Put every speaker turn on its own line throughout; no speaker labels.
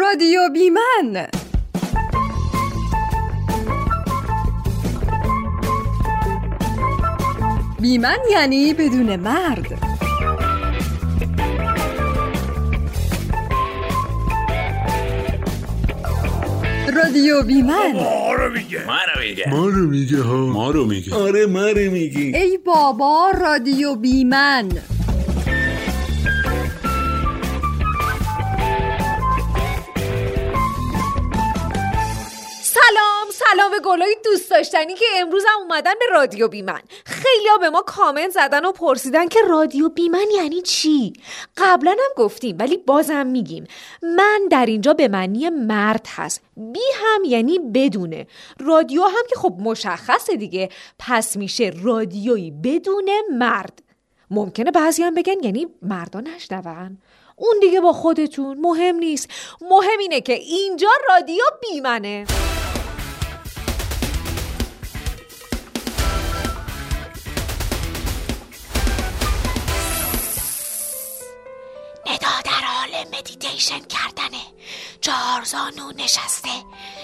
رادیو بی من بی من یعنی بدون مرد رادیو بی من
ما رو میگه
ما رو میگه ها
ما رو میگه
آره ما رو میگی
ای بابا رادیو بی من
سلام سلام به گلای دوست داشتنی که امروز هم اومدن به رادیو بیمن خیلی به ما کامنت زدن و پرسیدن که رادیو بیمن یعنی چی قبلا هم گفتیم ولی بازم میگیم من در اینجا به معنی مرد هست بی هم یعنی بدونه رادیو هم که خب مشخصه دیگه پس میشه رادیویی بدون مرد ممکنه بعضی هم بگن یعنی مردا نشنون اون دیگه با خودتون مهم نیست مهم اینه که اینجا رادیو بیمنه ندا در حال مدیتیشن کردنه چهارزانو نشسته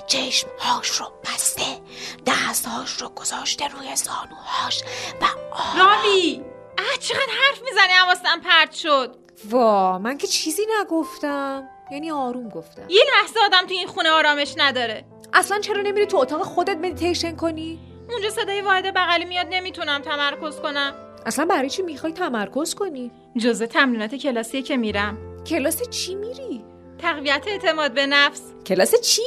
چشمهاش رو بسته دستهاش رو گذاشته روی زانوهاش و
راوی اه چقدر حرف میزنی حواسم پرت شد
وا من که چیزی نگفتم یعنی آروم گفتم
یه لحظه آدم تو این خونه آرامش نداره
اصلا چرا نمیری تو اتاق خودت مدیتیشن کنی
اونجا صدای واحد بغلی میاد نمیتونم تمرکز کنم
اصلا برای چی میخوای تمرکز کنی
جزء تمرینات کلاسیه که میرم
کلاس چی میری
تقویت اعتماد به نفس
کلاس چی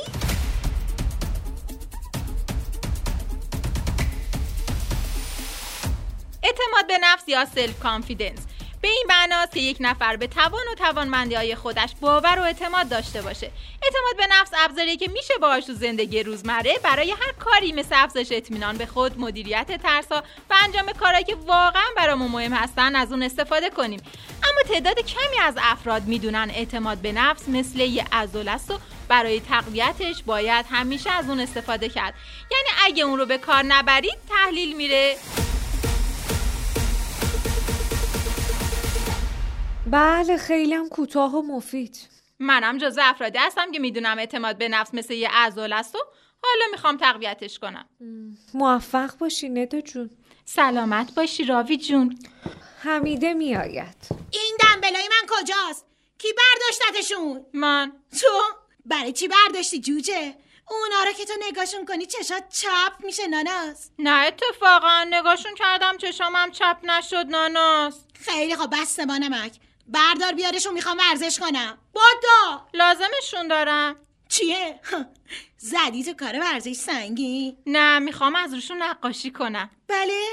اعتماد به نفس یا سلف کانفیدنس به این معناست که یک نفر به توان و توانمندی های خودش باور و اعتماد داشته باشه اعتماد به نفس ابزاری که میشه باهاش تو زندگی روزمره برای هر کاری مثل افزایش اطمینان به خود مدیریت ترسا و انجام کارهایی که واقعا برامون مهم هستن از اون استفاده کنیم اما تعداد کمی از افراد میدونن اعتماد به نفس مثل یه عضل است و برای تقویتش باید همیشه از اون استفاده کرد یعنی اگه اون رو به کار نبرید تحلیل میره
بله خیلی هم کوتاه و مفید
منم جز افرادی هستم که میدونم اعتماد به نفس مثل یه عضل است و حالا میخوام تقویتش کنم
موفق باشی ندا جون
سلامت باشی راوی جون
حمیده میآید
این دنبلای من کجاست کی برداشتتشون
من
تو برای چی برداشتی جوجه اونا رو که تو نگاشون کنی چشات چپ میشه ناناس
نه اتفاقا نگاشون کردم چشامم چپ نشد ناناس
خیلی خب بس با نمک بردار بیارشون میخوام ورزش کنم بادا
لازمشون دارم
چیه ها، زدی تو کار ورزش سنگی
نه میخوام از روشون نقاشی کنم
بله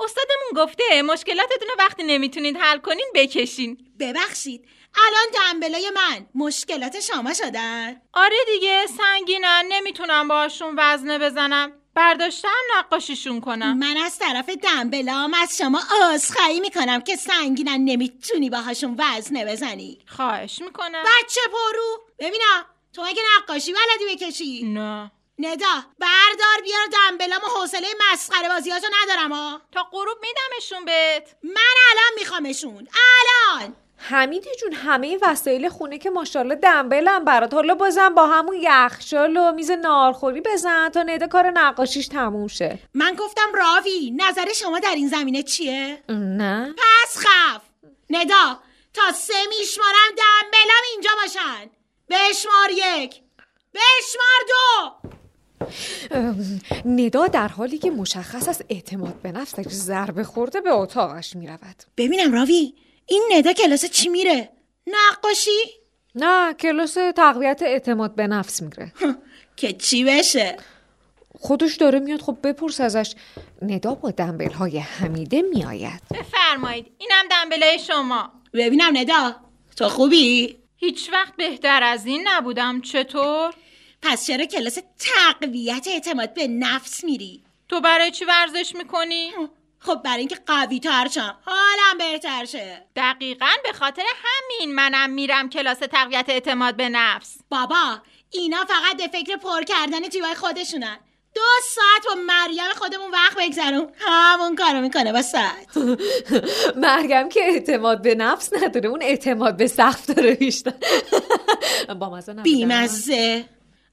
استادمون گفته مشکلاتتون رو وقتی نمیتونید حل کنین بکشین
ببخشید الان دنبلای من مشکلات شما شدن
آره دیگه سنگینن نمیتونم باشون وزنه بزنم برداشتم نقاشیشون کنم
من از طرف دنبلام از شما آسخایی میکنم که سنگینن نمیتونی باهاشون وزنه بزنی
خواهش میکنم
بچه پرو ببینم تو مگه نقاشی بلدی بکشی
نه
ندا بردار بیار دنبلام و حوصله مسخره بازیاتو ندارم ها
تا غروب میدمشون بهت
من الان میخوامشون الان
حمیده جون همه وسایل خونه که ماشاءالله دنبلم برات حالا بازم با همون یخچال و میز نارخوری بزن تا نده کار نقاشیش تموم شه
من گفتم راوی نظر شما در این زمینه چیه
نه
پس خف ندا تا سه میشمارم دنبلم اینجا باشن بشمار یک بشمار دو
ندا در حالی که مشخص از اعتماد به نفس که ضربه خورده به اتاقش میرود
ببینم راوی این ندا کلاس چی میره نقاشی
نه کلاس تقویت اعتماد به نفس میره
که چی بشه
خودش داره میاد خب بپرس ازش ندا با دنبل های حمیده میآید
بفرمایید اینم دنبلای شما
ببینم ندا تو خوبی
هیچ وقت بهتر از این نبودم چطور
پس چرا کلاس تقویت اعتماد به نفس میری
تو برای چی ورزش میکنی
خب برای اینکه قوی تر شم حالم بهتر شه
دقیقا به خاطر همین منم میرم کلاس تقویت اعتماد به نفس
بابا اینا فقط به فکر پر کردن جیبای خودشونن دو ساعت با مریم خودمون وقت بگذرون همون کارو میکنه با ساعت
مرگم که اعتماد به نفس نداره اون اعتماد به سقف داره بیشتر با مزه نبودم.
بیمزه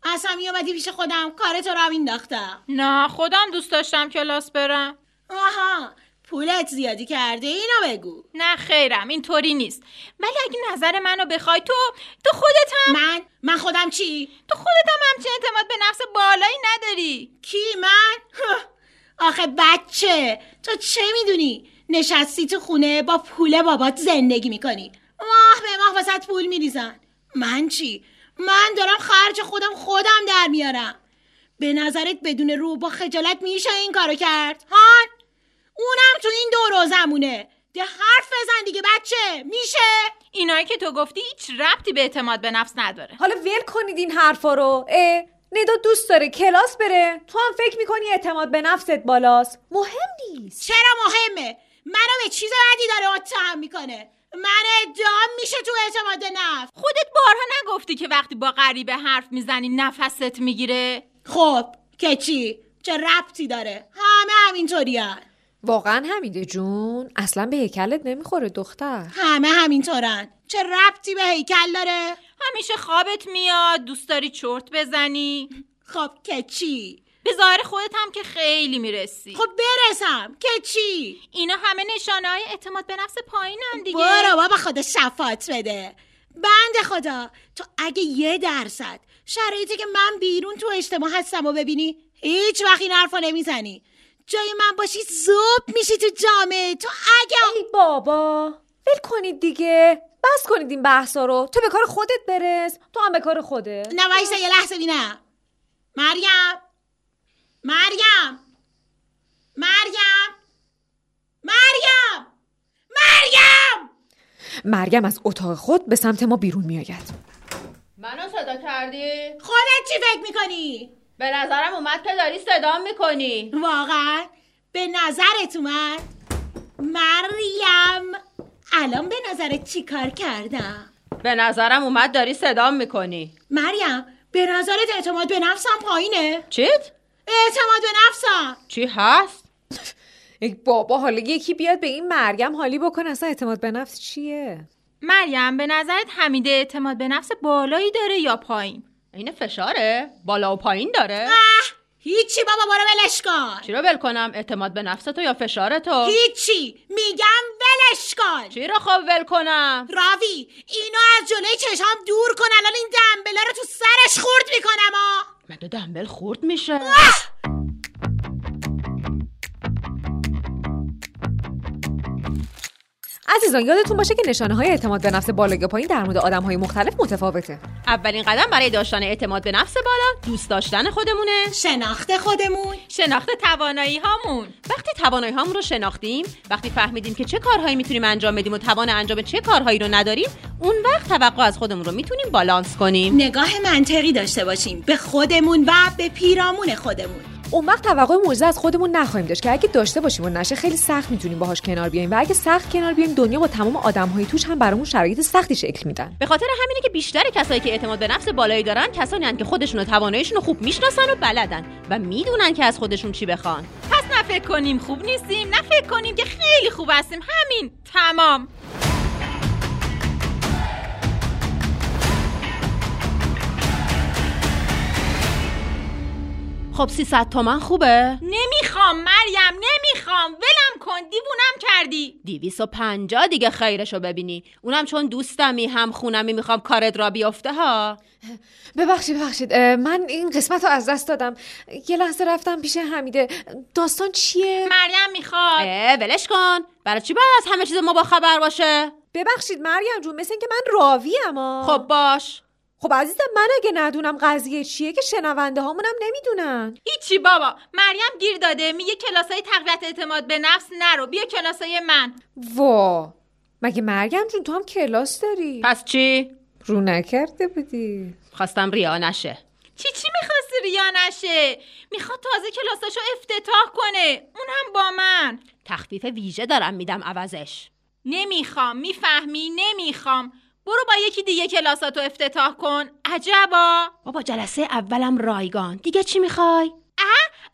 اصلا میومدی پیش خودم کارتو رو هم انداختم
نه خودم دوست داشتم کلاس برم
آها پولت زیادی کرده اینو بگو
نه خیرم اینطوری نیست ولی اگه نظر منو بخوای تو تو خودت هم
من من خودم چی
تو خودت هم همچین اعتماد به نفس بالایی نداری
کی من آخه بچه تو چه میدونی نشستی تو خونه با پول بابات زندگی میکنی ماه به ماه وسط پول میریزن من چی من دارم خرج خودم خودم در میارم به نظرت بدون رو با خجالت میشه این کارو کرد هان اونم تو این دو روزمونه ده حرف بزن دیگه بچه میشه
اینایی که تو گفتی هیچ ربطی به اعتماد به نفس نداره
حالا ول کنید این حرفا رو اه ندا دوست داره کلاس بره تو هم فکر میکنی اعتماد به نفست بالاست مهم نیست
چرا مهمه منو به چیز بدی داره متهم میکنه من ادام میشه تو اعتماد به نفس
خودت بارها نگفتی که وقتی با غریبه حرف میزنی نفست میگیره
خب که چی چه ربطی داره همه همینطورین
واقعا حمیده جون اصلا به هیکلت نمیخوره دختر
همه همینطورن چه ربطی به هیکل داره
همیشه خوابت میاد دوست داری چرت بزنی
خب که چی
به ظاهر خودت هم که خیلی میرسی
خب برسم که چی
اینا همه نشانه های اعتماد به نفس پایینن دیگه
برو بابا خدا شفات بده بند خدا تو اگه یه درصد شرایطی که من بیرون تو اجتماع هستم و ببینی هیچ وقت این حرفا نمیزنی جای من باشی زوب میشی تو جامعه تو اگه
ای بابا ول کنید دیگه بس کنید این بحثا رو تو به کار خودت برس تو هم به کار خودت
نه وایسا یه لحظه بینم مریم مریم مریم مریم مریم
مریم از اتاق خود به سمت ما بیرون میآید
منو صدا کردی؟
خودت چی فکر میکنی؟
به نظرم اومد که داری صدام میکنی
واقعا به نظرت اومد مریم الان به نظرت چی کار کردم
به نظرم اومد داری صدام میکنی
مریم به نظرت اعتماد به نفسم پایینه
چیت؟
اعتماد به نفسم
چی هست؟
ای بابا حالا یکی بیاد به این مریم حالی بکن اصلا اعتماد به نفس چیه
مریم به نظرت حمیده اعتماد به نفس بالایی داره یا پایین
این فشاره؟ بالا و پایین داره؟
اه هیچی بابا برو ولش کن
چی رو ول کنم؟ اعتماد به نفس تو یا فشار تو؟
هیچی میگم ولش کن
چی رو خب ول کنم؟
راوی اینو از جلوی چشام دور کن الان این دنبلا رو تو سرش خورد میکنم آ
مگه دنبل خورد میشه؟
عزیزان یادتون باشه که نشانه های اعتماد به نفس بالا یا پایین در مورد آدم های مختلف متفاوته
اولین قدم برای داشتن اعتماد به نفس بالا دوست داشتن خودمونه
شناخت خودمون
شناخت توانایی هامون
وقتی توانایی هامون رو شناختیم وقتی فهمیدیم که چه کارهایی میتونیم انجام بدیم و توان انجام چه کارهایی رو نداریم اون وقت توقع از خودمون رو میتونیم بالانس کنیم
نگاه منطقی داشته باشیم به خودمون و به پیرامون خودمون
اون وقت توقع معجزه از خودمون نخواهیم داشت که اگه داشته باشیم و نشه خیلی سخت میتونیم باهاش کنار بیایم و اگه سخت کنار بیایم دنیا با تمام آدمهای توش هم برامون شرایط سختی شکل میدن
به خاطر همینه که بیشتر کسایی که اعتماد به نفس بالایی دارن کسانی هن که خودشون و تواناییشون رو خوب میشناسن و بلدن و میدونن که از خودشون چی بخوان
پس نه فکر کنیم خوب نیستیم نه فکر کنیم که خیلی خوب هستیم همین تمام
خب 300 تومن خوبه
نمیخوام مریم نمیخوام ولم کن دیوونم کردی
250 دیگه خیرشو ببینی اونم چون دوستمی هم خونمی میخوام کارت را بیفته ها
ببخشید ببخشید اه، من این قسمت رو از دست دادم یه لحظه رفتم پیش حمیده داستان چیه
مریم میخواد
اه، ولش کن برای چی باید از همه چیز ما با خبر باشه
ببخشید مریم جون مثل اینکه من راوی اما
خب باش
خب عزیزم من اگه ندونم قضیه چیه که شنونده هامونم نمیدونن
هیچی بابا مریم گیر داده میگه کلاسای تقویت اعتماد به نفس نرو بیا کلاسای من
وا مگه مریم جون تو هم کلاس داری
پس چی
رو نکرده بودی
خواستم ریا نشه
چی چی میخواستی ریا نشه میخواد تازه کلاساشو افتتاح کنه اون هم با من
تخفیف ویژه دارم میدم عوضش
نمیخوام میفهمی نمیخوام برو با یکی دیگه کلاساتو افتتاح کن عجبا
بابا جلسه اولم رایگان دیگه چی میخوای
اه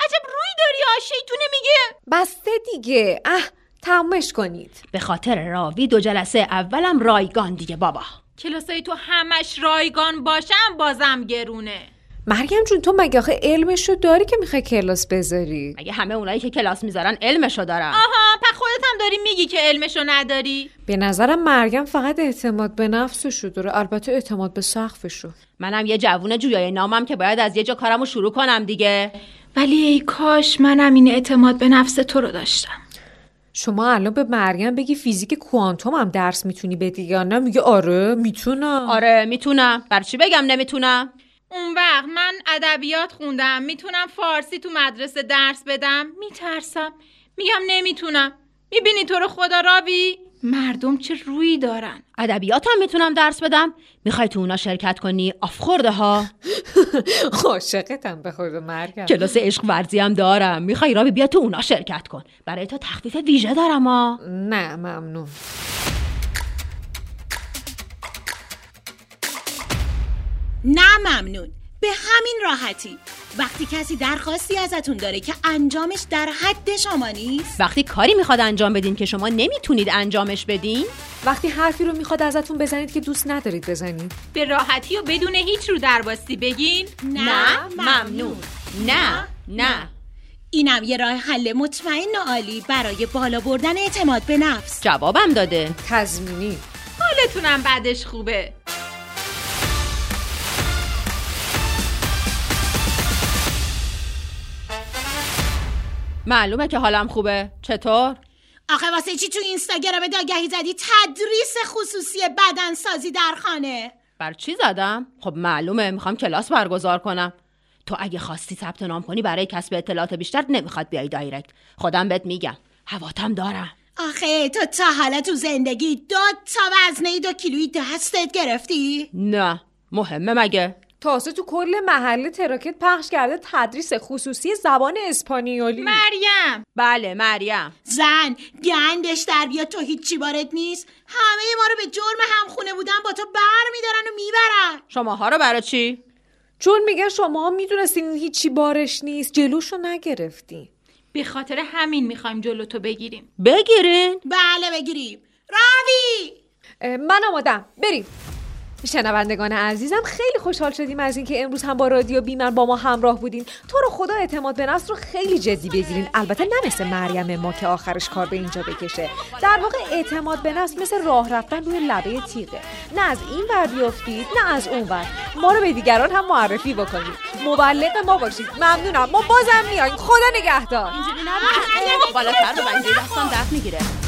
عجب روی داری ها شیطونه میگه
بسته دیگه اه تمش کنید
به خاطر راوی دو جلسه اولم رایگان دیگه بابا
کلاسای تو همش رایگان باشم بازم گرونه
مریم جون تو مگه آخه علمشو داری که میخوای کلاس بذاری
مگه همه اونایی که کلاس میذارن علمشو دارن
آها پس خودت هم داری میگی که علمشو نداری
به نظرم مریم فقط اعتماد به نفسشو داره البته اعتماد به سقفشو
منم یه جوون جویای نامم که باید از یه جا کارمو شروع کنم دیگه
ولی ای کاش منم این اعتماد به نفس تو رو داشتم
شما الان به مریم بگی فیزیک کوانتوم هم درس میتونی بدی یا نه میگه آره میتونم
آره میتونم بر چی بگم نمیتونم
اون وقت من ادبیات خوندم میتونم فارسی تو مدرسه درس بدم میترسم میگم نمیتونم میبینی تو رو خدا راوی مردم چه رویی دارن
ادبیاتم میتونم درس بدم میخوای تو اونا شرکت کنی آفخورده ها
عاشقتم به خود مریم
کلاس عشق ورزی هم دارم میخوای راوی بیا تو اونا شرکت کن برای تو تخفیف ویژه دارم ها
نه ممنون
نه ممنون به همین راحتی وقتی کسی درخواستی ازتون داره که انجامش در حد شما نیست
وقتی کاری میخواد انجام بدین که شما نمیتونید انجامش بدین
وقتی حرفی رو میخواد ازتون بزنید که دوست ندارید بزنید
به راحتی و بدون هیچ رو درباستی بگین
نه ممنون نه نه
اینم یه راه حل مطمئن و عالی برای بالا بردن اعتماد به نفس
جوابم داده
تضمینی
حالتونم بعدش خوبه
معلومه که حالم خوبه چطور
آخه واسه چی تو اینستاگرام داگهی زدی تدریس خصوصی بدنسازی در خانه
بر چی زدم خب معلومه میخوام کلاس برگزار کنم تو اگه خواستی ثبت نام کنی برای کسب اطلاعات بیشتر نمیخواد بیای دایرکت خودم بهت میگم هواتم دارم
آخه تو تا حالا تو زندگی دو تا وزنه دو کیلویی دستت گرفتی؟
نه مهمه مگه
تازه تو کل محله تراکت پخش کرده تدریس خصوصی زبان اسپانیولی
مریم
بله مریم
زن گندش در بیاد تو هیچی بارت نیست همه ما رو به جرم همخونه بودن با تو بر میدارن و میبرن
شماها رو برای چی
چون میگه شما میدونستین هیچی بارش نیست جلوشو نگرفتی
به خاطر همین میخوایم جلو تو بگیریم
بگیرین
بله بگیریم راوی
اه، من آمادم بریم شنوندگان عزیزم خیلی خوشحال شدیم از اینکه امروز هم با رادیو بیمن با ما همراه بودین تو رو خدا اعتماد به نفس رو خیلی جدی بگیرین البته نه مثل مریم ما که آخرش کار به اینجا بکشه در واقع اعتماد به نفس مثل راه رفتن روی لبه تیغه نه از این ور بیافتید نه از اون ور ما رو به دیگران هم معرفی بکنید مبلغ ما باشید ممنونم ما بازم میایم خدا نگهدار
خب، بالاتر رو بندی دستم درد میگیره